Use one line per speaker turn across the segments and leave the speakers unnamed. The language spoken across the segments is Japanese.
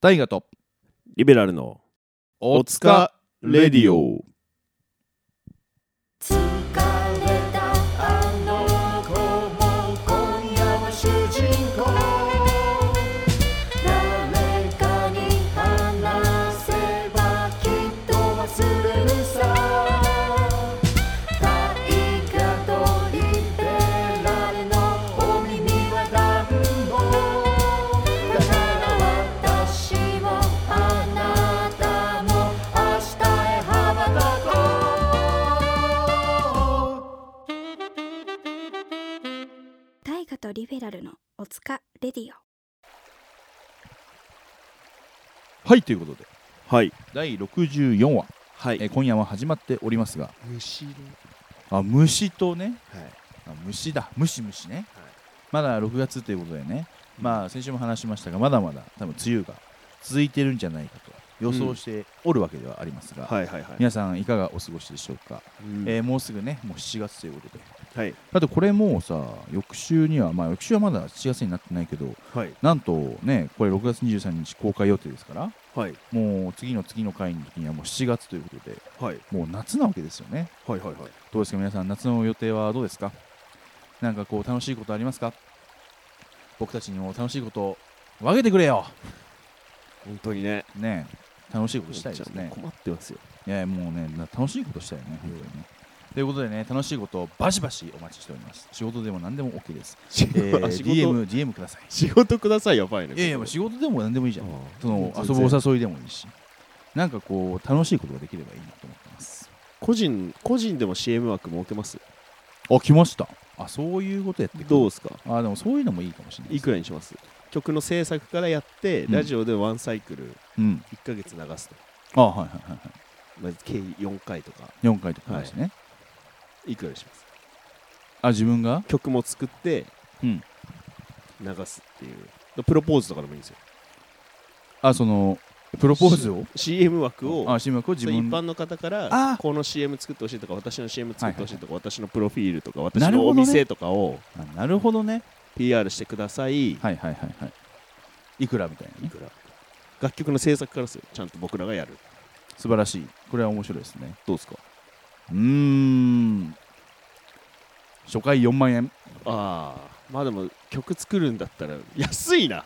大河と
リベラルの
お
つかレディオ
疲れたあの子も今夜は主人公誰かに話せばきっと忘れるさ大河とリベラルのお耳は暖房だから私もあなたも明日へ羽ばたこう
大河とリベラルのおつかレディオ
はいということで
はい
第64話、
は
えー今夜は始まっておりますが
虫ね
あ虫とね
はい
あ虫だ虫虫ね、
はい
まだ6月ということでねまあ先週も話しましたがまだまだ多分梅雨が続いてるんじゃないかと予想しておるわけではありますが、
はいはいはい
皆さんいかがお過ごしでしょうか、
うん
えーもうすぐねもう7月ということで
はい
だってこれもうさ翌週にはまあ翌週はまだ7月になってないけど
はい
なんとねこれ6月23日公開予定ですから
はい
もう次の次の回の時にはもう7月ということで
はい
もう夏なわけですよね
はいはいはい
どうですか皆さん夏の予定はどうですかなんかこう楽しいことありますか僕たちにも楽しいことを分けてくれよ
本当にね
ねえ楽しいことしたいですね
困ってますよ
いやいやもうねな楽しいことしたいよね本当にねということでね楽しいことをバシバシお待ちしております仕事でも何でも OK です、
仕
えー DM, DM ください
仕事くださいやばいね
いやいやもう仕事でも何でもいいじゃん
うん
その
全
遊
然
ぶお誘いでもいいしなんかこう楽しいことができればいいなと思ってます
個人個人でも CM 枠設けます
あ来ましたあそういうことやってくる
どうですか
あでもそういうのもいいかもしれない
いくらにします曲の制作からやって
うん
ラジオでワンサイクル
うん
1ヶ月流すと、
あはいはいはいは
まあ、計4回とか
い4回とかですね、
いくらにします
あ自分が
曲も作って
うん
流すっていうプロポーズとかでもいいんですよ
あそのプロポーズを
CM 枠を
あ新枠を自
そう一
分
般の方か
あ
ら
ー
この CM 作ってほしいとか私の CM 作ってほしいとか、私のプロフィールとか私
なる
の
ほ
お
どね
店とかを
あなるほどね
PR してください、
はいはいはいはいいくらみたいないね
くら楽曲の制作からですよちゃんと僕らがやる
素晴らしいこれは面白いですね
どうですか
うーん初回4万円
ああまあでも曲作るんだったら安い な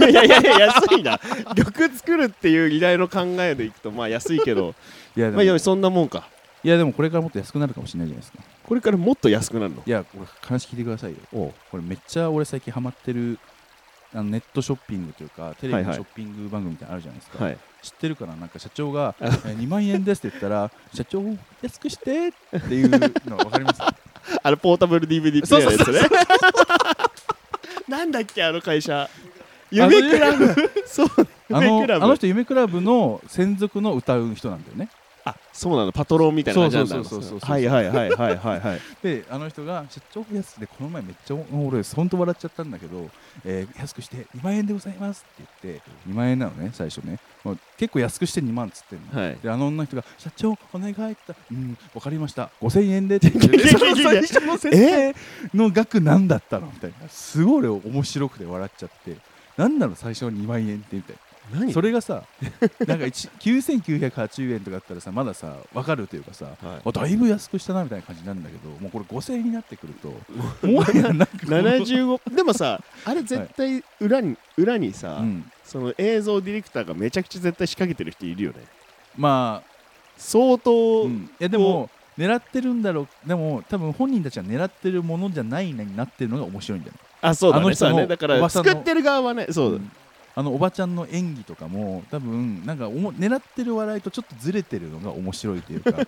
いやいやいや安いな 曲作るっていう依頼の考えでいくとまあ安いけ ど
いやでも,、
まあいやそんなもんか
いやでもこれからもっと安くなるかもしれないじゃないですか
これからもっと安くなるの
いやこれ話聞いてくださいよこれめっちゃ俺最近ハマってるあのネットショッピングというかテレビ
はい
の
はい
ショッピング番組みたいなのあるじゃないですか、
はい
知ってるかななんか社長 がえー2万円ですって言ったら社長安くしてっていうの分かります
あのポータブル DVD プレイヤーですね なんだっけあの会社 夢クラブそう
あ
夢
の
クラ
あの
ブ
人夢クラブの専属の歌う人なんだよね
あそうなのパトロンみたいな感じなんだ
そうそうそうそうそう
はいはいはいはいはいはい
であの人が社長安くでこの前めっちゃお俺ほんと笑っちゃったんだけど、えー安くして2万円でございますって言って2万円なのね最初ね、まあ結構安くして2万っつってんの、
はい
であの女の人が「社長お願い」って言ったら「うん分かりました5000円で」って言って
いやい
そ
や
の
いやいや
最初の設定の額なんだったのみたいなすごい俺面白くて笑っちゃってなんなの最初の2万円ってみたいな
何
それがさなんか一9980円とかだったらさまださ分かるというかさ
はい
あだいぶ安くしたなみたいな感じになるんだけどもうこれ5000円になってくるともはやなんかこの
75でも さあれ絶対裏に裏にさ、
うん、
その映像ディレクターがめちゃくちゃ絶対仕掛けてる人いるよね
まあ
相当、
うん、いやでも狙ってるんだろうでも多分本人たちは狙ってるものじゃないなになってるのが面白いんだよ、
あそうだね
あの人
そう
の
だねだか
お
ら
ばさん
使
の
ってる側はねそうだ、
んあのおばちゃんの演技とかも多分なんかおも狙ってる笑いとちょっとずれてるのが面白いという か何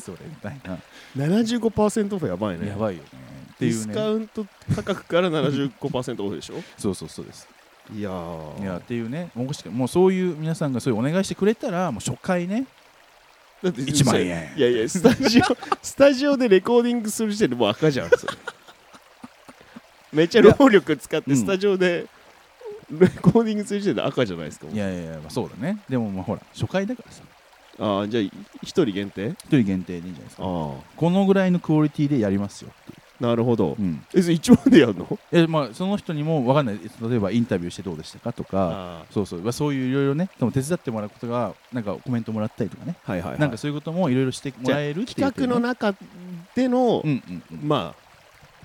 それみたいな、
75%オフやばいね
やばいよねって
ディ
いう
ス
ね
カウント価格から75%オフでしょ
そうそうそうです
いや
いやっ
ー
ていうねもしかもうそういう皆さんがそういうお願いしてくれたらもう初回ね
だって
1万円
いやいやスタ ジオスタジオでレコーディングする時点でもう赤じゃんそれめっちゃ労力使っ
い
て
や
スタジオでレコーディングする時点で赤じゃないですかもう
いやいやいや、まあ、そうだねでもまあほら初回だからさ
ああじゃあ1人限定
1人限定でいいんじゃないですか
あ
このぐらいのクオリティでやりますよっていう
なるほど
うん、
えそれ一番でやるの
えまあその人にも分かんない例えばインタビューしてどうでしたかとか
あ
そうそう、まあ、そういういろいろねでも手伝ってもらうことがなんかコメントもらったりとかね、
はいはい、はい、
なんかそういうこともいろいろしてもらえるっていう、ね、
企画の中での、
うんうんうん、っ
まあ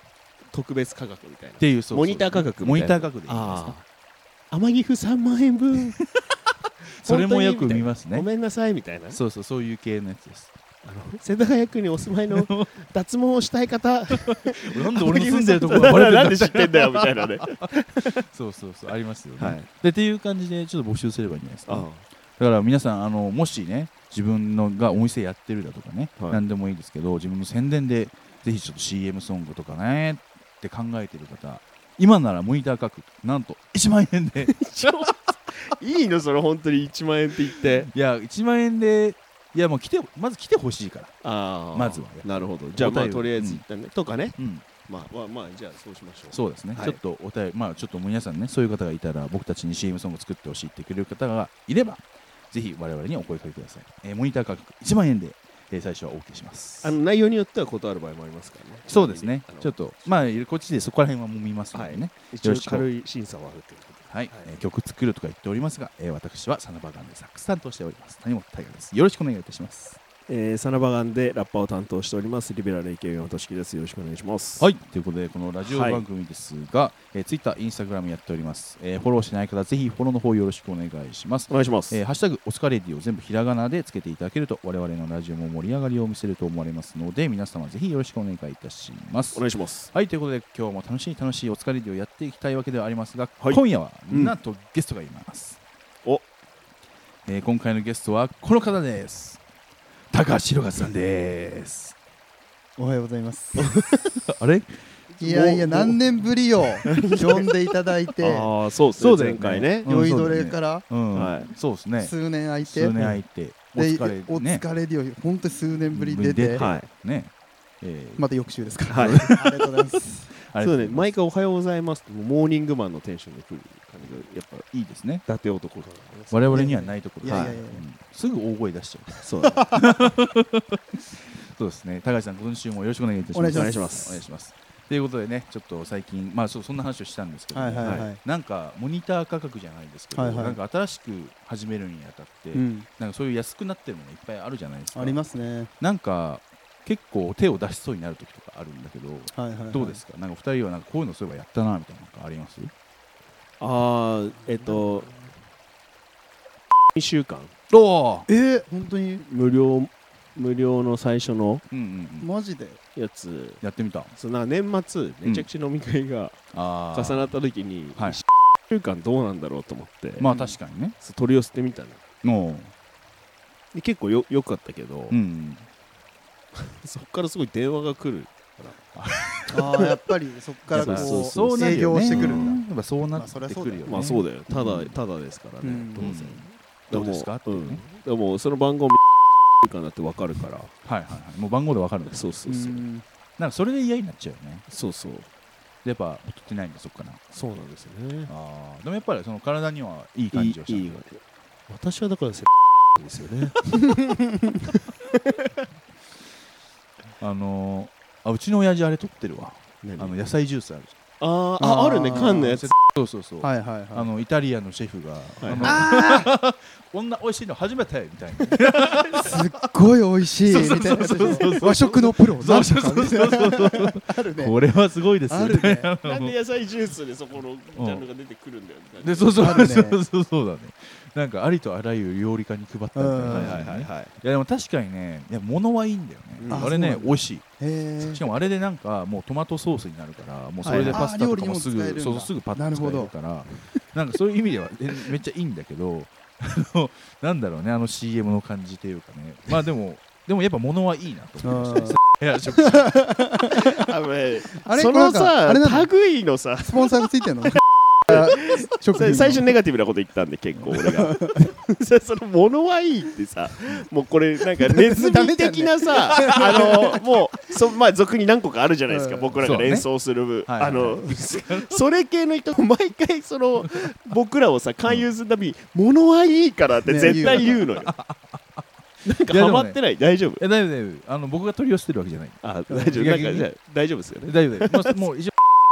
特別価格みたいな
ていうそうそう
モニター価格みたいな
モニター価格でいいです
あ
か
あ天城府3万円分
それもよく見ますね
ごめんなさいみたいな
そうそうそういう系のやつです
あの世田谷区にお住まい の脱毛をしたい方
なんで俺の住んでるところがバレてんだ
なんで知ってんだよみた いなね
そうそうそうありますよね、
はい
でっていう感じでちょっと募集すればいいんじゃないですか、
あ
だから皆さんあのもしね自分のがお店やってるだとかね、
はい
何でもいいですけど自分の宣伝でぜひちょっと CM ソングとかねって考えてる方今ならモニター価格なんと1万円 で
いいのそれ本当に1万円って言って
いや1万円でいやもう来てまず来てほしいから、
ああ
まずは
なるほどじゃあ
答
ま
え
あ
を
とりあえず一旦ね、とかね
うん、
まあまあまあじゃあそうしましょう
そうですね、
はい
ちょっとお便りまあちょっと皆さんねそういう方がいたら僕たちに CM ソング作ってほしいってくれる方がいればぜひ我々にお声かけください、えーモニター価格1万円で、えー最初はお受けします
あの内容によっては断る場合もありますからね
そうですね
あの
ちょっとまあこっちでそこら辺はもう見ますのでね、
一応軽い審査はあるということで
はい
はい
えー曲作るとか言っておりますが、えー私はサナバガンでサックス担当しております谷本大我ですよろしくお願いいたします
えー、サナバガンでラッパーを担当しておりますリベラル AKB のとしきですよろしくお願いします
はいいということでこのラジオ番組ですが、えー、Twitter、Instagram やっております、えーフォローしない方ぜひフォローの方よろしくお願いします
お願いします、
えーハッシュタグおつかレディを全部ひらがなでつけていただけると我々のラジオも盛り上がりを見せると思われますので皆様ぜひよろしくお願いいたします
お願いします
はいということで今日も楽しい楽しいおつかレディをやっていきたいわけではありますが、
はい
今夜は
うん
なんとゲストがいます、
お
えー今回のゲストはこの方です高橋弘和さんです
おはようご ざいます。
あれ
いやいや、
お
何年ぶりよ、 呼んでいただいて、
ああそうですね
そうだよね
前回ね
うん
酔いどれから
うん、
はい
そうですね
数年空いて、
数年空いてお
で
つかレ
お
ね
疲れりよ、本当に数年ぶりに出
ぶりに出
て、
て
はい
ねえー
また翌週ですから、
はい
ありがとうございます。
あれ
そうだね毎回おはようございますってもうモーニングマンのテンションで来る感じがやっぱ
いいですね
伊達男だ
我々にはないところ
い
です
や
はいい
や
う
いやいや
んすぐ大声出しちゃう
そうだね
そうですね。高橋さん、今週もよろしくお願いいたし
お
ま
願い
す。
しますお
お願
ます
願いし
いします。ということでね、ちょっと最近、まあ、そうそんな話をしたんですけど、
はいはいはい。
なんかモニター価格じゃないですけど、
はいはい
なんか新しく始めるにあたって、
うん、
なん かそういう安くなってるものいっぱいあるじゃないですか。
ありますね。
なんか結構手を出しそうになる時とかあるんだけど、
はいはい、はい。
どうですか。なんか二人はなんかこういうのそういえばやったなみたいなのなんかあります？
ああえっと2週間
おお。
えー、本当に、
無料無料の最初の
うんうんうん。
マジで、
やつ
やってみた。
そうなんか年末めちゃくちゃ飲み会が
あ
重
あ。
なった時に、
はい
1週間どうなんだろうと思って、
まあ確かにね。
そう取り寄せてみたの
の、
で結構よよかったけど、
うんうん。
そこからすごい電話が来る
ああ、やっぱりそこからこう
そうそうそう
なる
営
よ
業
ね
してくるんだ。
やっぱそうな
まあ
って
そ
く
りゃそうだよ
るよね。
まあそうだよただ、
うん
ただですからね、
うん
当
うん
然
どうですかって
う
い
ん
うね。
でもその番号かなってわかるから
はいはいはい、もう番号でわかるんです
そうそうそう、
ん
なんかそれで嫌になっちゃうよね
そうそう
でやっぱ劣ってないんだそっかな
そうなんですよね
あーでもやっぱりその体にはいい
い
感
い
じをした
いい私はだからせですよね
あのーあうちの親父あれ取ってるわ
何
あの野菜ジュースあるじ
あーああ
あー
るね缶のやつ
ゃんそうそうそう、
はいはいはい。
あのイタリアのシェフが、
い
あの こんな美味しいの初めてみたいな
すっごい美味しいみたいな和食のプロ
そう
なんと
そう
か
そ
み
う
たい
そう
な
そう
あるね
これはすごいです
あるね
なんで野菜ジュースでそこのジャンルが出てくるんだよみたいな
でそうそう
あるね
そうそうそうだねなんかありとあらゆる料理家に配ったみたいな
うん
感じ
は
だ
い
ね
はいはい
いやでも確かにねいや物はいいんだよね、
うん
あれね
あそうなんだ
美味しい
へ
しかもあれでなんかもうトマトソースになるからもうそれでパスタ
は
と
いはい
かもすぐ
あ料理にも使えるんだ
そうすぐパッ
な
と
る
使え
ほど
るからなんかそういう意味ではえめっちゃいいんだけどあのなんだろうねあの CM の感じというかねまあでもでもやっぱ物はいいなと思いましたねいや食事
あのね
あれ
その
なんか
さ
あれなの
類のさ
スポンサーがつい てんの食
さ
品の
最初ネガティブなこと言ったんで結構俺 がさその物はいいってさもうこれなんかネズミ的なさ、あのもうそまあ俗に何個かあるじゃないですか、
うん
僕らが連想する、
はい
あの、それ系の人毎回その僕らをさ勧誘するたびに、物はいいからって絶対言うのよ、なんか
いや
ハ
でも
マ
ね
ってない大丈夫
いや大丈夫大丈夫あの僕が取り寄せてるわけじゃない
あ大丈夫
いや
なんかじゃあ大丈夫ですよね
大丈夫大丈夫もうもう一応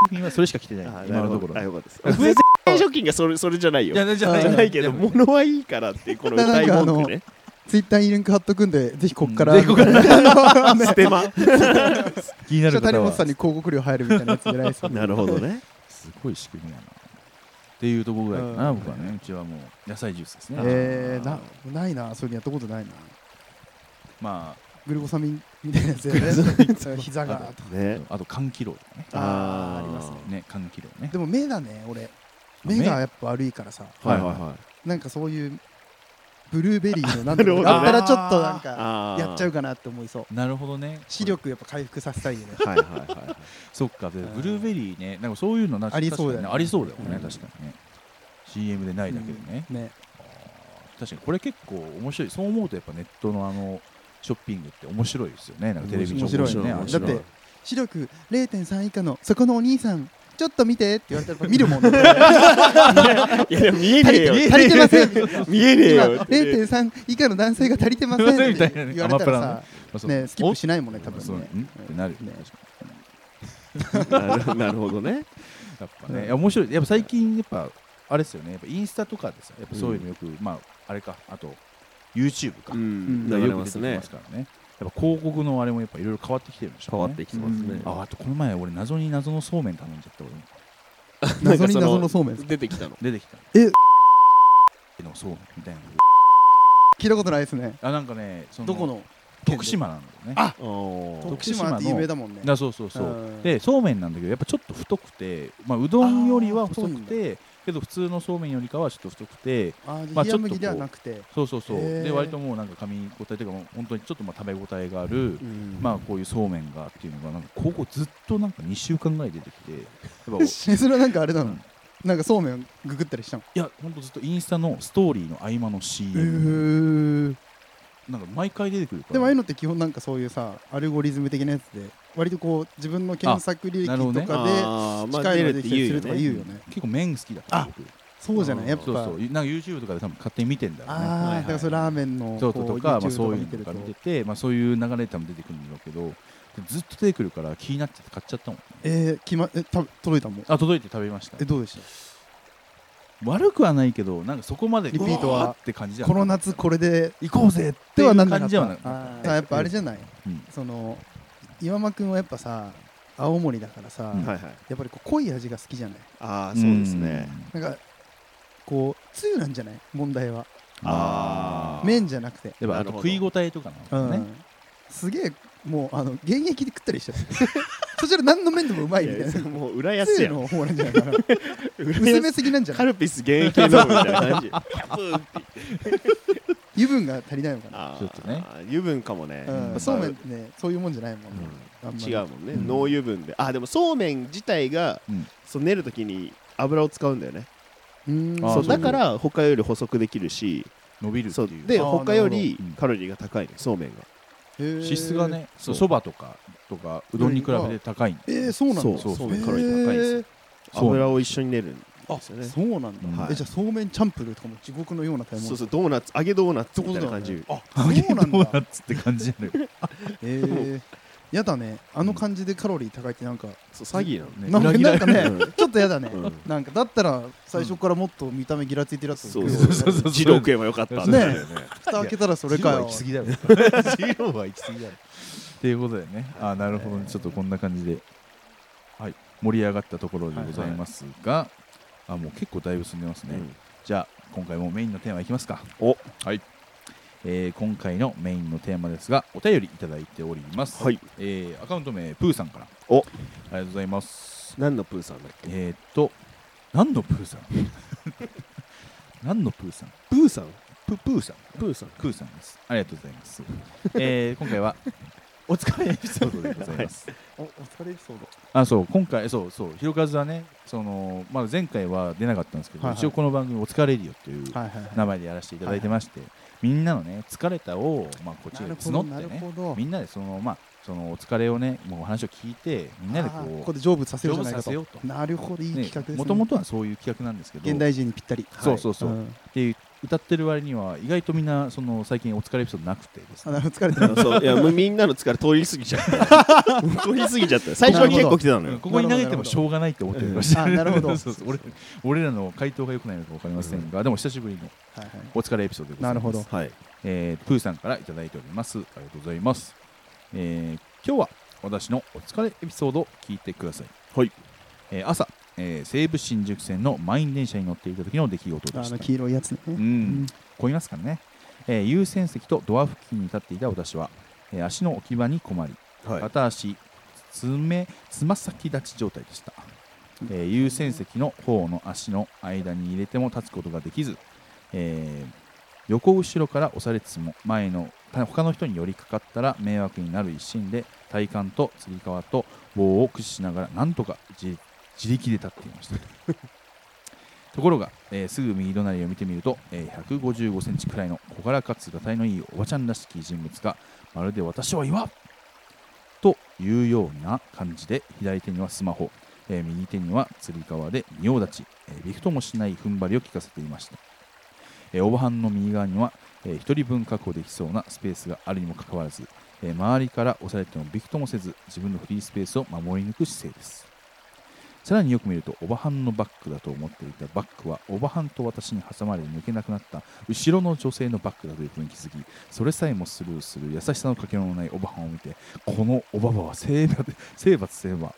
君はそれしか着てな
あ
い今のところ
なるほどあよかっ た
あ
です
全然
上貯金がそれそれじゃないよ
いやじゃあ
じゃないけど
でも
物はいいからってこの歌い文句ね
ツイッターにリンク貼っとくんで、ぜひこっから。
うんぜひこ っか
あのね
ステマ
気にな
じゃ
る
あ
方
谷本
は
さんに広告料入るみたいなやつ狙 いですよね。
なるほどね
すごい仕組みやなっていうところぐらいかな、
うん
僕はねうちはもう野菜ジュースですね、
えー、なないな、そういうのやったことないな。
ま
グルコサミンみたいなやつやね。 膝が。
あ
ね
あと柑橘類とかね
あーありますね
ね柑橘類ね
でも目だね、俺。
目
目がやっぱ悪いからさ。
はいはいはい
なんかそういうブルーベリーのなん て
なる
い
ほ
う
どね
のあったらちょっとなんか
あー
やっちゃうかなって思いそう
なるほどね
視力やっぱ回復させたいよね
はいはいはい
そっか で
うん
ブルーベリーねなんかそういうのな
ありそうだよ
確かに
ね
ねありそうだよね、
うん
確かにね CM でないだけでね、
ね
確かにこれ結構面白いそう思うとやっぱネットのあのショッピングって面白いですよねなんかテレビ情
面白
報
い
ね
ね
あの
だっ
ね
て視力0.3以下のそこのお兄さんちょっと見てって言われ たらやっぱ見るもんね
いやでも見えね
足り
えよ
て足りてません
見えねえ
今
よ
0.3以下の男性が足りてませんって
みたいなね
言われたら
アマま
さ
あそう
ねスキップしないもんね多
そう
分
ね
ね
んってなるよね
ね
確か
なるなるほどね
にやっぱね、
うん
いや面白いやっぱ最近やっぱあれですよねやっぱインスタとかでさやっぱそういうのよく、まああれかあと YouTube か、
うん
が
流
よ
れ
く
ま
出て
す
き
ね
ますからねやっぱ広告のあれもやっぱいろいろ変わってきてるんでしょ
変わってきてますね
うん
ああとこの前俺謎に謎のそうめん頼んじゃった俺も
なん
謎
か
に
そ
謎のそうめん
出てきたの
出てきた
え
のそうめんみたいな
聞いたことないですね
あなんかねその
どこの
徳島なんだよね
あ
お
徳島って有名だもんね
だそうそうそう、
うん
でそうめんなんだけどやっぱちょっと太くて、まあ、うどんよりは細く
あー
てけど普通のそうめんよりかはちょっと太くて
あーじ
まあ
ゃあ
ち
冷
ょっとこう
麦ではなくて
そうそうそう
へー
で割ともうなんか噛み応えというかもう本当にちょっとまあ食べ応えがある、まあこういうそうめんがっていうのがなんかここずっとなんか2週間ぐらい出てきてやっぱ
え それはなんかあれな
う
の
ん
なんかそうめんググったりしたの
いやほんとずっとインスタのストーリーの合間の CM、
ー
なんか毎回出てくるから
でもああいうのって基本なんかそういうさアルゴリズム的なやつで割とこう自分の検索履
あなるほど
歴
ね
とかで近いのできたりするとか言うよね
結構麺好きだから
あそうじゃないやっぱ
そうそうなんか YouTube とかで多分勝手に見てんだろうね
あ
は
あ
いはい
だからそれラーメンの
そうとか、まあ、そういうのと
と
か
か
見
見
て
てると
て、まあ、そういう流れ多分出てくるんだろうけどずっと出てくるから気になっちゃって買っちゃったもん
えーきまえた届いたもん
あ届いて食べました
えどうでし
悪くはないけどなんかそこまで
リピートは
うわって感じじ
た
ゃな
こ
い
の夏これで
行こうぜって
で
い
は
う
なんなか
感
っ
じ
た
ではなか
あ
っ
ー
た
やっぱあれじゃない
うん
その岩間くんはやっぱさ青森だからさ
うん
はいはい
やっぱりこう濃い味が好きじゃない
ああそうですね
うん
なんかこうつゆなんじゃない問題は
あー
麺じゃなくて
やっぱあと
なるほ
食
ど
い応えとかな
う
のかね
ん、すげえもうあの現役で食ったりしてる そしたら何の麺でもうまいみたい
いや
な
もう浦
つ
安
ゆ
やん
の方なんじゃないか な
浦安
薄めすぎなんじゃな
カ
い
ルピス現役飲むみたいな感じ
油分が足りないのかな、
あー
ちょっとね
油分かもね
うん
うん
そうめんってねそういうもんじゃないもんね、あんまり
違うもんね
うん
脳油分であでもそうめん自体が
うん
その練るときに油を使うんだよね
うーん
あー
そう
そう
だから他より細くできるし
伸びるって
そう
いう
で
あー
他より
なるほどうん
カロリーが高いのそうめんが
へー
脂質がね
そう
そばとかとかうどんに比べて高いんだ
えー、そうなんだ
そう
そうそう
へー
カロリー高いですよ
そう
油を一緒に練るんですよね
そうなんだ、
はい
えじゃあそうめんチャンプルーとかも地獄のような食べ物
そうそうドーナツ揚げドーナツみたいな
よ
感
ね
じ
あ
揚げ
そうなん
ドー
だ
ナツって感じになるよ
えー、やだねあの感じでカロリー高いってなんか、
そう詐欺なのね
なんか
裏切ら
な
れ
ん
る
かね
うん
ちょっとやだね、
うん
なんかだったら最初からもっと見た目ギラついてるやつを
そう
食
そ
そ
う
うそう
そう自動食えばよかった
ね
ね
蓋開けたらそれ
ジロー
か
は
よ
行き過ぎだよ。ジローは行き過ぎだよ。っていうことでね。あーなるほどね。ちょっとこんな感じで、はい、盛り上がったところでございますが、あもう結構だいぶ進んでますね。じゃあ今回もメインのテーマいきますか。
お
はい。えー今回のメインのテーマですがお便りいただいております、
はい
えーアカウント名プーさんから
お
ありがとうございます
何のプーさんだっけ
えー、っと何のプーさん 何のプーさん
プーさん
ププーさん
プーさん
クーさんです。ありがとうございます。えー今回はお疲れエピソードでございます。
おお疲れエピソード
あ、そう、今回、そう、そう、ひろかずはね、その、まあ、前回は出なかったんですけど、
はいはい
一応この番組お疲れるよっていう
はいはいはい
名前でやらせていただいてまして。みんなのね、疲れたを、まあ、こっちで
なるほ
募
ど
っ
な
て
る
ね。
ほど
みんなで、その、まあ、そのお疲れをね、もうお話を聞いて、みんなで
あー
こ
こ
う
で。成仏させようじゃな
成仏
いか
させようと
なるほどいい企画ですね
もともとはそういう企画なんですけど。
現代人にぴったり
そうそうそう
はいん
って言っ歌ってる割には意外とみんなその最近お疲れエピソードなくてです
あ
ね
なるほど疲れて
あ
る
のそういやもうみんなの疲れ通り過ぎ ちゃった通り過ぎちゃった最初に結構来てたの
うん
よ
ここに投げてもしょうがないって思ってるらしい
あなるほど
そうそう俺俺らの回答が良くないのか分かりませんが、でも久しぶりの
はいはい
お疲れエピソードでございます
なるほど
はい
えープーさんからいただいておりますありがとうございます、えー今日は私のお疲れエピソードを聞いてください
はい、
えー朝、えー西武新宿線の満員電車に乗っていた時の出来事で
あ
した
の黄色いやつね、
う
うん
ん、混みますからね、えー優先席とドア付近に立っていた私は、えー足の置き場に困り
はい、
片足つめつま先立ち状態でした、えー優先席の方の足の間に入れても立つことができず、えー横後ろから押されつつも前の他他の人に寄りかかったら迷惑になる一心で体幹とつり革と棒を駆使しながらなんとか自自力で立っていました ところが、えーすぐ右隣を見てみると、え1 5 5センチくらいの小柄かつがたいのいいおばちゃんらしき人物がまるで私は今というような感じで左手にはスマホ、えー右手にはつり革で仁王立ち、えーびくともしない踏ん張りを効かせていました、えー、おばはんの右側には、え1人分確保できそうなスペースがあるにもかかわらず、えー周りから押されてもびくともせず自分のフリースペースを守り抜く姿勢ですさらによく見るとおばはんのバッグだと思っていたバッグはおばはんと私に挟まれ抜けなくなった後ろの女性のバッグだということに気づきそれさえもスルーする優しさのかけらもないおばはんを見てこのおばばは征 伐征伐せば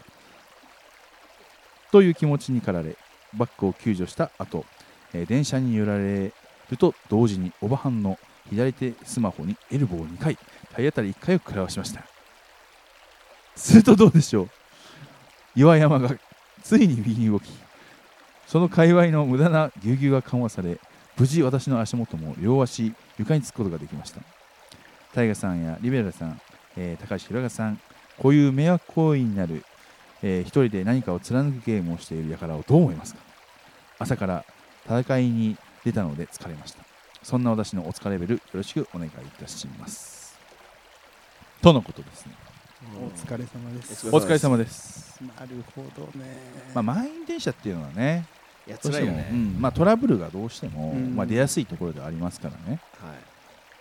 という気持ちに駆られバッグを救助した後、えー電車に揺られると同時におばはんの左手スマホにエルボーを2回体当たり1回を食らわしましたするとどうでしょう岩山がついに右に動きその界隈の無駄なぎゅうぎゅうが緩和され無事私の足元も両足床につくことができました大ガさんやリベラルさん、えー高橋宏和さんこういう迷惑行為になる、えー一人で何かを貫くゲームをしている輩をどう思いますか朝から戦いに出たので疲れましたそんな私のお疲れベルよろしくお願いいたしますとのことですね
お疲れ様です
お疲れ様
お疲れ様です
なるほどね、
まあ、満員電車っていうのはね
いや
どうし
辛
て
い
も
よ
う
ね、
んまあ、トラブルがどうしても、
うん
まあ、出やすいところではありますからね、
はい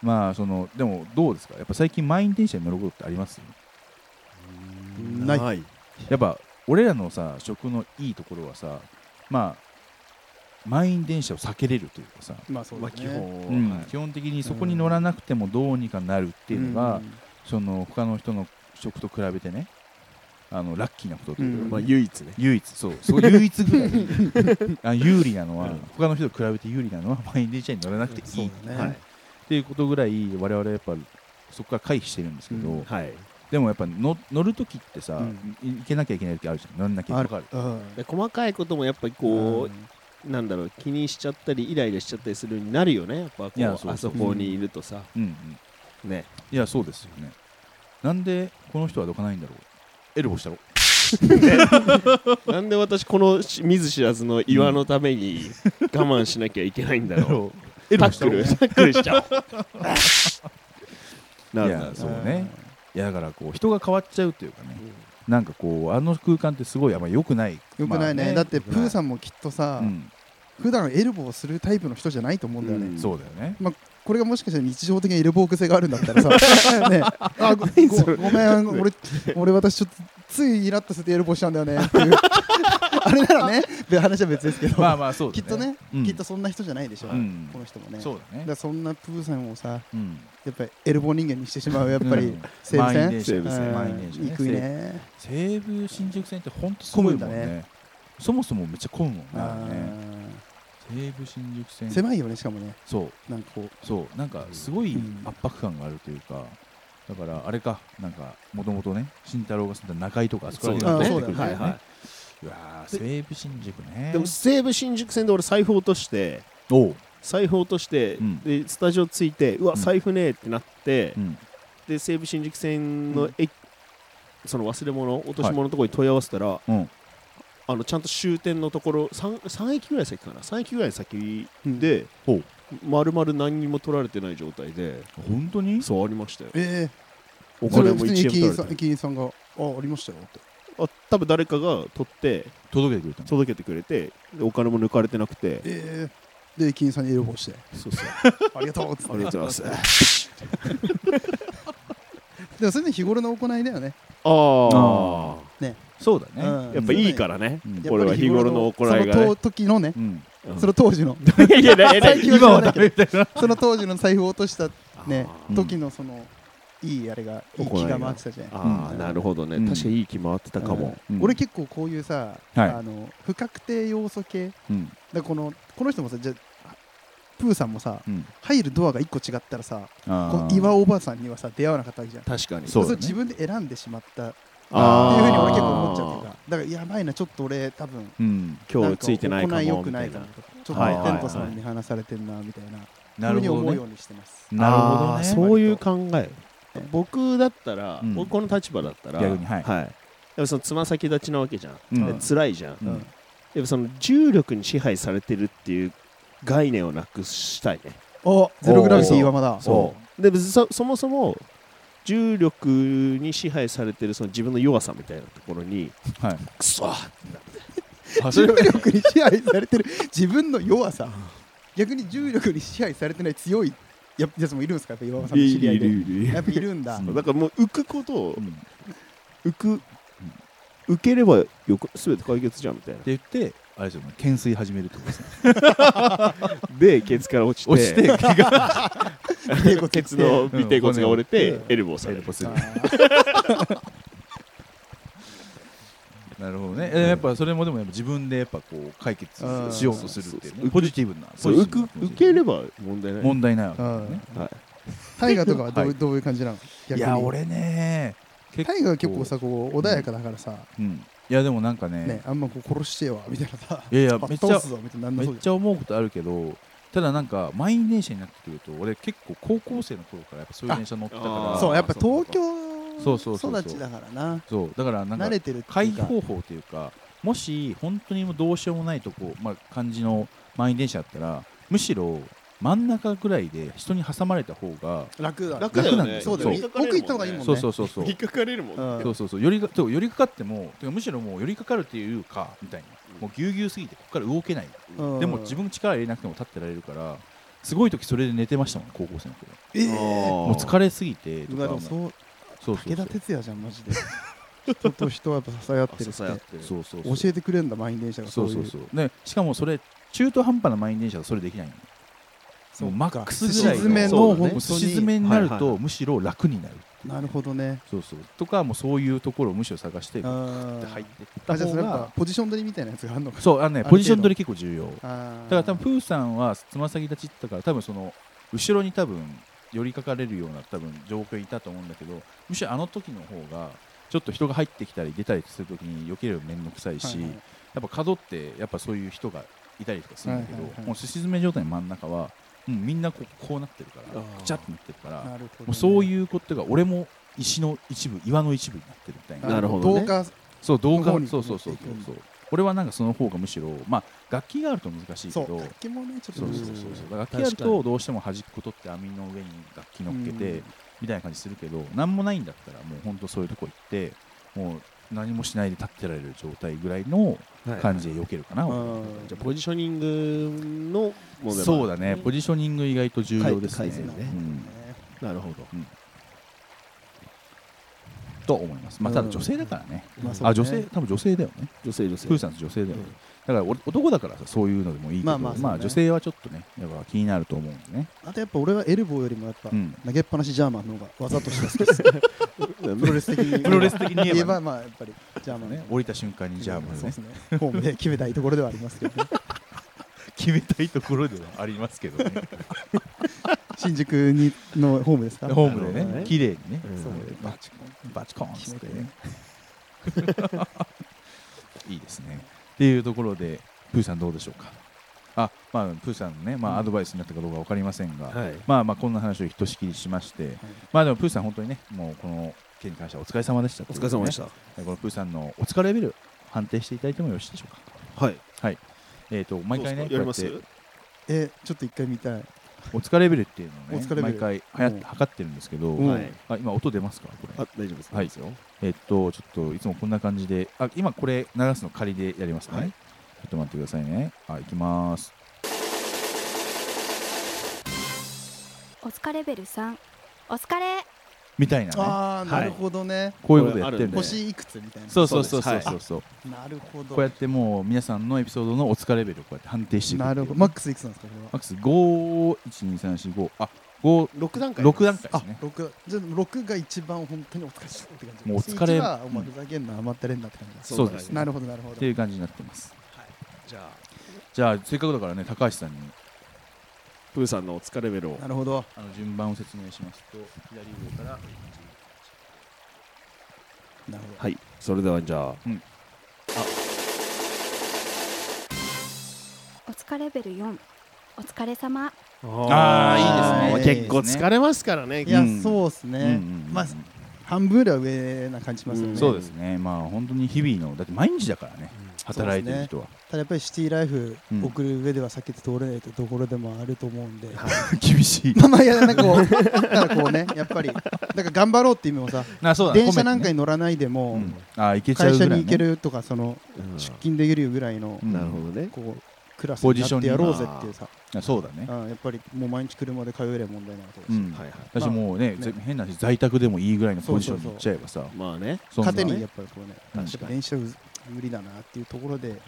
まあ、そのでもどうですかやっぱ最近満員電車に乗ることってあります
ない
ない
やっぱ俺らのさ食のいいところはさまあ満員電車を避けれるというかさ、
まあそう
ま
だ
あ基
ね
本、
うん
はい
基本的にそこに乗らなくてもどうにかなるっていうのが、
ん
その他の人の食と比べてねあのラッキーなことというか、
うん
まあ唯一ね
唯一そうそう唯一ぐらい あ有利なのは、
うん
他の人と比べて有利なのは満員電車に乗らなくていい、
そうだね、
はい
っていうことぐらい我々やっぱそこから回避してるんですけど、
うん
はい
でもやっぱの乗るときってさ、
うん
い行けなきゃいけない時あるじゃん乗んなきゃいけない
るうん
で細かいこともやっぱりこう、
ん
なんだろう気にしちゃったりイライラしちゃったりするようになるよねやっぱこう
いやそうそう
あそこにいるとさ、
うんうん
ね
いやそうですよねなんでこの人はどかないんだろうエルボーしたろ
なんで私このし見ず知らずの岩のために我慢しなきゃいけないんだろう
エル
タ
ボーし
ッ
た
ク
ろ
ルタックルしちゃおうないるな
や
る
そうねいやだからこう人が変わっちゃうっていうかね、なんかこうあの空間ってすごいあんま良くない
よくないね,、
まあ
だってプーさんもきっとさ、
うん
普段エルボーするタイプの人じゃないと思うんだよね、
うん
そうだよ ね
これがもしかしたら日常的なエルボー癖があるんだったらさ、ね、あごご
それ
ごめん俺俺私ちょっとついイラッとしてエルボーしたんだよねっていうあれならねべ話は別ですけど、
まあまあそうだ
き
ね
っとね、
うん
きっとそんな人じゃないでしょ、
うん
この人もね
そうだ
だ
ね
からそんなプーさんをさ
うん
やっぱりエルボー人間にしてしまうやっぱ
う
り
ん
西武
満員電車
西
線
武線
うん
満員電車ね
行くいね
西武新宿線ってほんとすごいもん
混むんだ
ねそもそもめっちゃ混むもんねあれね
あ
西武新宿
ー
線
狭いよねしかもね
そう
なんかこう
そうなんかすごい
うん
圧迫感があるというかだからあれかなんかもともとね慎太郎が住んだ中井とかあそこら辺
そう
が通
だね
ってくるから
はい
ね
はい
やー西武新宿ね
いでも西武新宿線で俺財布落として
おう
財布落として、
うん
でスタジオ着いてうわ
うん
財布ねえってなって、
うん
で西武新宿線の
うん
駅、その忘れ物落とし物のところに問い合わせたら、
うん
あのちゃんと終点のところ 3, 3駅ぐらい先かな3駅ぐらい先で、
ほう
丸々何にも取られてない状態で
本当に
そうありましたよ
ええ
お
そ
金
れは
も
普
1
通に
円
駅員
も
さん
取られて
駅員さんがあありましたよって
あ多分誰かが取って
届けてくれたの
届けてくれてでお金も抜かれてなくて
えで駅員さんにエルボーして
そうそう
ありがとうっつって
ありがとうございます
でもそれね日頃の行いだよね
ああ
そうだ
うん
ね
やっぱいいからね、
うん
やっぱり
これは日頃の行いが
そ
ね
の時のね
うん
うん
その当時の
いやいやいやいや
今はダメ
みたいな
その当時の財布を落としたね
あ
ー
時のそのいいあれがいい気が回ってたじゃない
あ
う
ー
ん
なるほどね、
うん
確かにいい気回ってたかも、
うん
うん
俺結構こういうさ、
はい
あの不確定要素系
うん
だこのこの人もさじゃあプーさんもさ
うん
入るドアが1個違ったらさ
あ
こ
ー
の岩尾おばあさんにはさ出会わなかったわけじゃん
確かに
そうだね
れ自分で選んでしまったって
あ
い
ー
うふうに俺結構思っちゃうっていうかだからやばいなちょっと俺多分
うん
今日ついてないか
ん
も
行良く
みた
ない
い
か
な
もとかちょっ
は
と
いはい
テ
はい
ントさんに話されてんなみたいな
な
ふう
る
に
ほ
思
ど
う
ね
ようにしてます
なるほど
あー
ね
そういう
割と
考え僕だったら、
うん
僕この立場だったら
逆にはい
でもそのつま先立ちなわけじゃん、
うん
で辛いじゃん、
うん
うん
でもその重力に支配されてるっていう概念をなくしたいね
おゼログラビティ岩間だ
そ
でそそもそも重力に支配されてるその自分の弱さみたいなところに
はい
くそ
あそ
重
れ
力に支配されてる自分の弱さ逆に重力に支配されてない強いややつもいるんですかやっぱ岩間さんの知り合いでやっぱいるんだ
うん
だからもう浮くことを
うんって
浮く受ければよく全て解決じゃんみたいな
言ってあれじゃない懸垂始めるってことですね
でケツから落ちて
落ちて怪我
英 語
ケツの尾てい骨が折れ
う
て
ん
エルボーされる
するなるほどね、えやっぱそれもでもやっぱ自分でやっぱこう解決しようとするっていうね、
うん
ポジティブな
そう受く受けれ
ば
ば問題ない
問題ないわけだよね、
はい
大河とかはどう,、
はい
い、どういう感じなの逆に
いや俺ね結
大河は結構さこう穏やかだからさ、
うん、いやでもなんかね
ね、あんまこう殺してえわみたいなさ
いやいや
ぶ
めっ
っ
ちゃ
倒すぞみたいななん
め
な
っ
そう
ちゃ思うことあるけどただなんか満員電車になってくると俺結構高校生の頃からやっぱそういう電車乗ってたか
あ
ら
ー
そうやっぱ東
そうそうそうそ
京
う
育ちだからな
そうだからなんか
慣れてるってい
解
うか
放法というかもし本当にもうどうしようもないとこ、まあ、感じの満員電車だったらむしろ真ん中ぐらいで人に挟まれた方が、
楽だ
楽だよね楽なんだよ
そうだよね
そう
奥行った方がいいもんね
そうそうそう そう
引っかかれるもんね
うん
そうそうそう寄りがてか寄りかかってもてかむしろもう寄りかかるっていうかみたいなもうぎゅうぎゅうすぎてここから動けない、
うん
でも自分力入れなくても立ってられるからすごい時それで寝てましたもん高校生の頃
えー
もう疲れすぎてと
うわ
か
で
も
もそう
そうそうそ
武田
う
鉄矢じゃんマジ で人と人はやっぱ支え合ってる
支え合っ
って
る
そうそうそう
教えてくれるんだ満員電車が
そうそう
そ
そうねしかもそれ中途半端な満員電車だとそれできないの
う
もうマックスぐ
そ
ら
う
いの
かすし詰め
そうだ
の
ね
本
もうすし
当
詰
に
めになる
はいはいは
とむしろ楽になる
なるほどね
そうそうとかもうそういうところをむしろ探して
う
グッ
ん
て入っていった
あじゃあ
方
それやっぱ
が
ポジション取りみたいなやつがあるのか
そうあの
あ
ね
る程度
ポジション取り結構重要だ
あー
から多分プーさんはつま先立ちって言ったから多分その後ろに多分寄りかかれるような多分状況にいたと思うんだけどむしろあの時の方がちょっと人が入ってきたり出たりする時に避ければ面倒くさいし、
はいはい
やっぱ角ってやっぱそういう人がいたりとかするんだけど、
はいはいはい
もうすし詰め状態の真ん中はもうみんなこうこうなってるから
あー
くちゃってなってるから
なるほどね
もうそういうことが俺も石の一部岩の一部になってるみたいな
なるほどね
同化
そう動画
向こうに
そうそうそうそう
持って
そう俺はなんかその方がむしろまあ楽器があると難しいけ
そ
ど
う楽器もねちょっと
そう
難
そう
しい
そう
うん
そう楽器ある
確かに
とどうしても弾くことって網の上に楽器乗っけ
う
て
ん
みたいな感じするけど何もないんだったらもう本当そういうとこ行ってもう何もしないで立ってられる状態ぐらいの感じで避けるかな、俺は
うん
じゃあポジショニングの問題もある
そうだねポジショニング意外と重要ですね
改善ね
うん
なるほど
と思いますまあただ女性だからね、
まそうね
あ女性多分女性だよね
女性女性
プーさんと女性だよね、
うん
だから俺男だからさそういうのでもいいけど、
ま
ま
あ
あ
まあそうね
女性はちょっとねやっぱ気になると思うんでね、
あとやっぱ俺はエルボーよりもやっぱ
うん
投げっぱなしジャーマンの方が技として好きです プロレス的に
プロレス的に言えばね
言えばまあやっぱりジャーマンの
ね、降りた瞬間にジャーマン
そうで
ね
すねホームで決めたいところではありますけどね
決めたいところではありますけどね
新宿にのホームですか
ホームで
なるほど
ね
ね
綺麗にね、
うん
そう
バチコンバチコンっつってね いいですねっていうところでプーさんどうでしょうかあまあプーさんのね、まあ、アドバイスになったかどうか分かりませんが、
はい
まあまあこんな話をひとしきりしまして、まあでもプーさん本当にねもうこの件に関してはお疲れ様でした、
お疲れ様でした
このプーさんのお疲れレベル判定していただいてもよろしいでしょうか
はい
えっ、と毎回ね
どうですか
こ
や
うや
りま
っ
す
えちょっと一回見たい
てお疲れレベルっていうの
お
を
疲れ
ね
レベ
毎回
ル
はや
うん
測ってるんですけど、
うん
はい
あ今音出ますかこれ
あ大丈夫です
はいえっと、ちょっといつもこんな感じで、あ今これ流すの仮でやりますね。
はい
ちょっと待ってくださいね。あ、いきます。
おつかレベル3おつかれ
みたいなね
ああ、なるほどね。
こういうことやってるん
こ
だよね
れあるんで
星いくつみたいな。
そうそうそう
そ
そうう
です
そ
は
うそう
なるほど。
こうやってもう皆さんのエピソードのお疲れレベルをこうやって判定していくってい
な
う
るほど。マックスいくつなんですか、これは
マックス512345あ五
6段階
6段階で
あ
すね、
六、じゃあ六が一番本当にお疲れ様って感じ。
もうお疲れ
一はお前ふざけんな、余ったれんなって感じだ。
そうです
なるほど、なるほ
って
ど。
いう感じになってます
じゃあ
じゃあせっかくだからね高橋さんに
プーさんのお疲れレベルを
なるほど。
あの順番を説明しますと左上から
なるほど。
はいそれではじゃあ
おつかレベル4お疲れ様
あ
ーいいですね
結構疲れますからね
いや、
うん
そうです
うんうん
ね
うん。
まあ、半分よりは上な感じしますよ
う
ね。
ん
そうですねまあ本当に日々のだって毎日だからね働いてる人は、
ただやっぱりシティライフ
うん
送る上では避けて通れないとところでもあると思うんで、
厳しい
まあまあいやなんかこうだからこうねやっぱりだから頑張ろうっていう意味もさ、
なそうだね
電車なんか
込
に乗らないでも、
めてねうん、あ行けちゃ
会
う
社
ぐらい、
に
ね、
行けるとかその
うん
出勤できるぐらいの
うん
なるほどね
こうクラスになってやろうぜっていうさ、
あそうだね
うんやっぱりもう毎日車で通えりゃ問題ないと
うん、
はいはい
私もうね、
まあね
変な話在宅でもいいぐらいのポジションに
そう
行っち
そう
ゃえばさ
まあね
そんな
糧に
ね
やっぱりこうね
うん
やっぱ練習無理だなっていうところで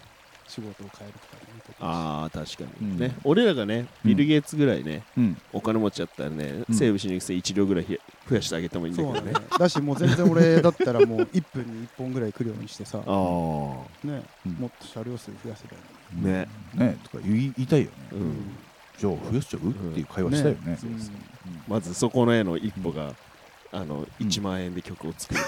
仕事を変えるとかね
あー確かに
う
ね
ん
俺らがねビル・ゲイツぐらいね
うん
お金持ちだったらね
うん
セーブしに行くせ1両ぐらいひ増やしてあげてもいいんだ
そう
けど
だね
ね
だしもう全然俺だったらもう1分に1本ぐらい来るようにしてさ
ああ
ね
うん
もっと車両数増やせばいいのに
ね
ねとか言い言いたいよね、
うん
じゃあ増やしちゃう、っていう会話したよね
ね
そうです
うん
うん
まずそこの絵の一歩があの1万円で曲を作る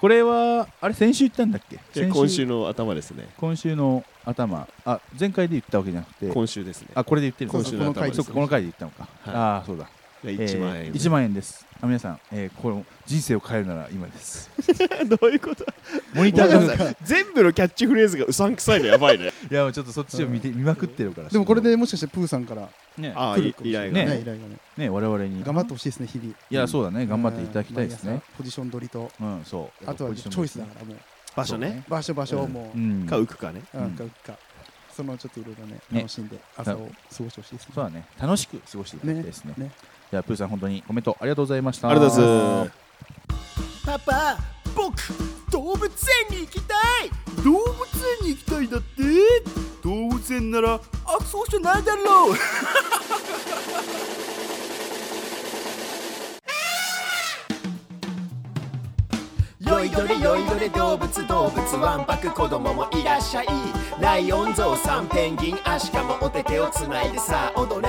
これはあれ先週言ったんだっけ
で
先
今週の頭ですね
今週の頭あ前回で言ったわけじゃなくて
今週ですね
あこれで言ってる
そう
今
そう
週
の
の頭
この回
です
そっかこの回で言ったのか、
はい
ああそうだ
で1万
え
円
ー1万円ですあ皆さん、えー、この人生を変えるなら今です
どういうこと
モニタ
だ
ー
か
が
らさ全部のキャッチフレーズがうさんくさいのやばいね
いやもうちょっとそっちを見て、見まくってるから
でもこれでもしかしてプーさんから
ね
ああ
来る
依
かもしれ
頼
な
が
い
ね
ね依頼がね
ね我々に
頑張ってほしいですね日々
いやそうだね頑張っていただきたいです
うん毎
ね
朝ポジション取りと
うんそう
あとはチョイスだからもう
場所ね
場所場所
うん
もう
うん
か浮くかね
あ
うん
かうかそのちょっといろいろね
ね
楽しんで朝を過ごしてほしいです
そうだね楽しく過ごしていただきたいですね
ねね
じゃあプーさん本当にコメントありがとうございました
ありがとうございます
パパ僕動物園に行きたい動物園に行きたいだって動物園ならあそうじゃないだ ろうよいどれよいどれ動物動物わんぱく子供もいらっしゃいライオンゾウさんペンギンアシカもお手手をつないでさあ踊れ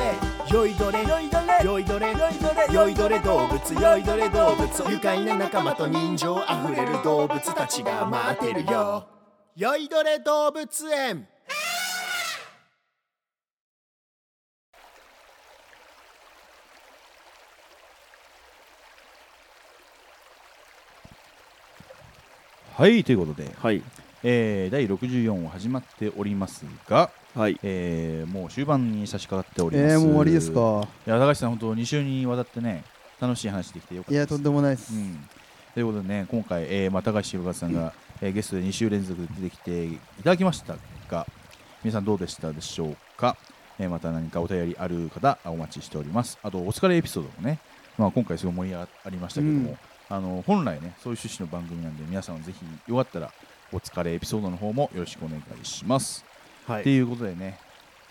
よいどれよいどれよいどれよいどれよいどれ動物よいどれ動物愉快な仲間と人情あふれる動物たちが待ってるよよいどれ動物園
はいということで、
はい
えー、第64話始まっておりますが、
はい
えー、もう終盤に差し掛かっております
えーもう終わりですか
いや高橋さん本当2週にわたってね楽しい話できてよかった
い
です
やとんでもないです
うん、ということでね今回、えーまあ、高橋宏和さんが、えーゲストで2週連続で出てきていただきましたが皆さんどうでしたでしょうか、えーまた何かお便りある方あお待ちしておりますあとお疲れエピソードもね、まあ、今回すごい盛り上がりましたけども、
うん
あの本来ねそういう趣旨の番組なんで皆さんぜひよかったらお疲れエピソードの方もよろしくお願いします
は
っていうことでね、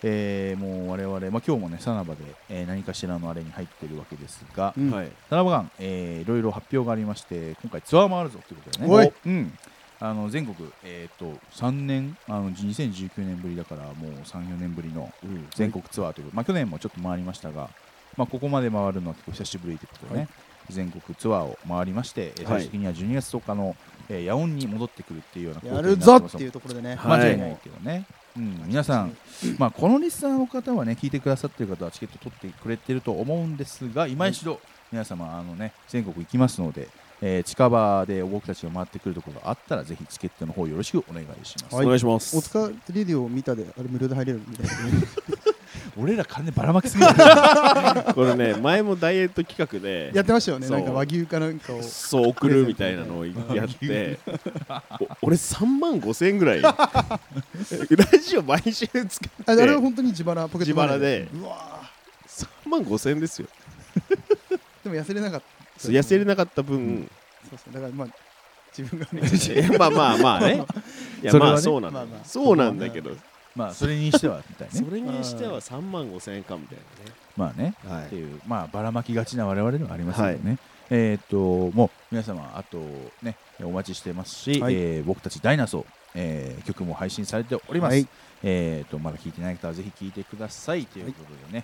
えーもう我々、まあ、今日もね、さなばで、えー何かしらのあれに入ってるわけですが、
うん
はい
さらば館、えーいろいろ発表がありまして、今回ツアーもあるぞということでね、
おい
うん、あの全国、えー、と3年あの、2019年ぶりだから、もう3、4年ぶりの
うん
全国ツアーということ、まあ、去年もちょっと回りましたが、まあ、ここまで回るのは結構久しぶりということでね、
は
全国ツアーを回りまして、えー
は
最
い
終的には12月10日の、えー、野音に戻ってくるっていうような構
やる
図にな
ぞ
ってま
っ
す
ていうところでね
はい
間違いないけどね、うん、皆さん、まあ、このリスナーの方はね聞いてくださってる方はチケット取ってくれてると思うんですが今一度皆様あの、ね、全国行きますので、えー近場で僕たちが回ってくるところがあったらぜひチケットの方よろしくお願いします、
はい
お願いしま
お
す
つかレディオを見たであれ無料で入れるみたいなね
俺ら完全にばらまきすぎる
これね前もダイエット企画で
やってましたよね
そう
なんか和牛かなんかを
そう送るみたいなのをやってお俺3万5千円ぐらいラジオ毎週使って
ああれは本当に自腹ポケット
自
マネー
腹で
うわ
3万5千円ですよ
でも痩せれなかった
そう痩せれなかった分、
そうそうだからまあ 自分がね
いやまあまあまあねいや
それはね
まあそうなんだ、
まあまあ
そうなんだけど、
まあそれにしてはみたい
そ
ね
れにしては3万5千円かみたい
まあね
なね、は
って
い、
いうまあばらまきがちな我々ではありますけどね、えーっともう皆様あとねお待ちしてますし、
はい
えー僕たちダイナソー、えー曲も配信されております、
はい
えーっとまだ聞いてない方はぜひ聞いてくださいということでね、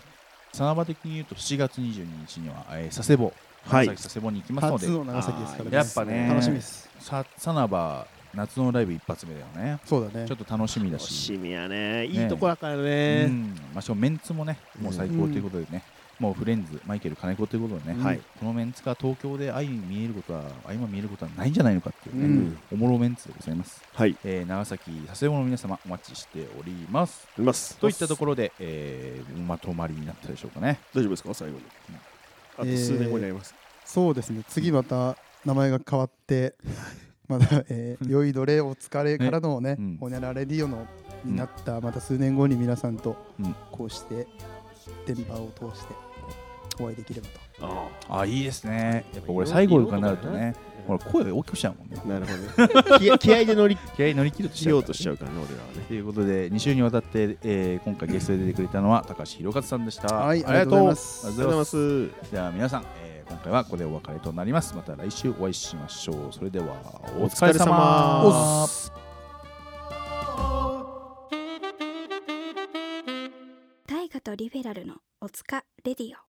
サナバ的に言うと7月22日には、えー、佐世保
は
長
い
崎佐世保に行きますので
初の長崎ですから
やっぱね
楽しみです
さサナバ夏のライブ一発目だよね
そうだね
ちょっと楽しみだ
楽
し
しみやねいいとこだからね
うんまあ、しかもメンツもねもう最高ということでね、もうフレンズマイケル金子ということでね、
はい
このメンツが東京で相見えることは相ま見えることはないんじゃないのかっていうね、
うん
おもろメンツでございます、
はい
えー長崎佐世保の皆様お待ちしております
います
といったところで、えーまとまりになったでしょうかね
大丈夫ですか最後にあと
えー
数年後になります、
そうですね次また名前が変わって まだ「えー、酔いどれお疲れ」からのね
ねうん
「ほにゃらレディオの」になったまた数年後に皆さんと
うん
こうして電波を通してお会いできればと
あ
あいいですねやっぱ俺最後とかになるとね
いろ
ほら声大きくしちゃうもんね
あなるほど、 ね、気気合で乗り
気合い乗り切ろうとし
切
ちゃう
よ
からね
うとしちゃうからね俺らはね
ということで2週にわたって、えー今回ゲストで出てくれたのは高橋弘和さんでした。
はい
ありがとう
ありがとうございます
あ
あ
り
り
がとうござい
がとうござい
ま
ます
す。では皆さん、えー今回はここでお別れとなります。また来週お会いしましょう。それではお疲れ様。
お疲れ様
おっす
大河とリベラルのおつかレディオ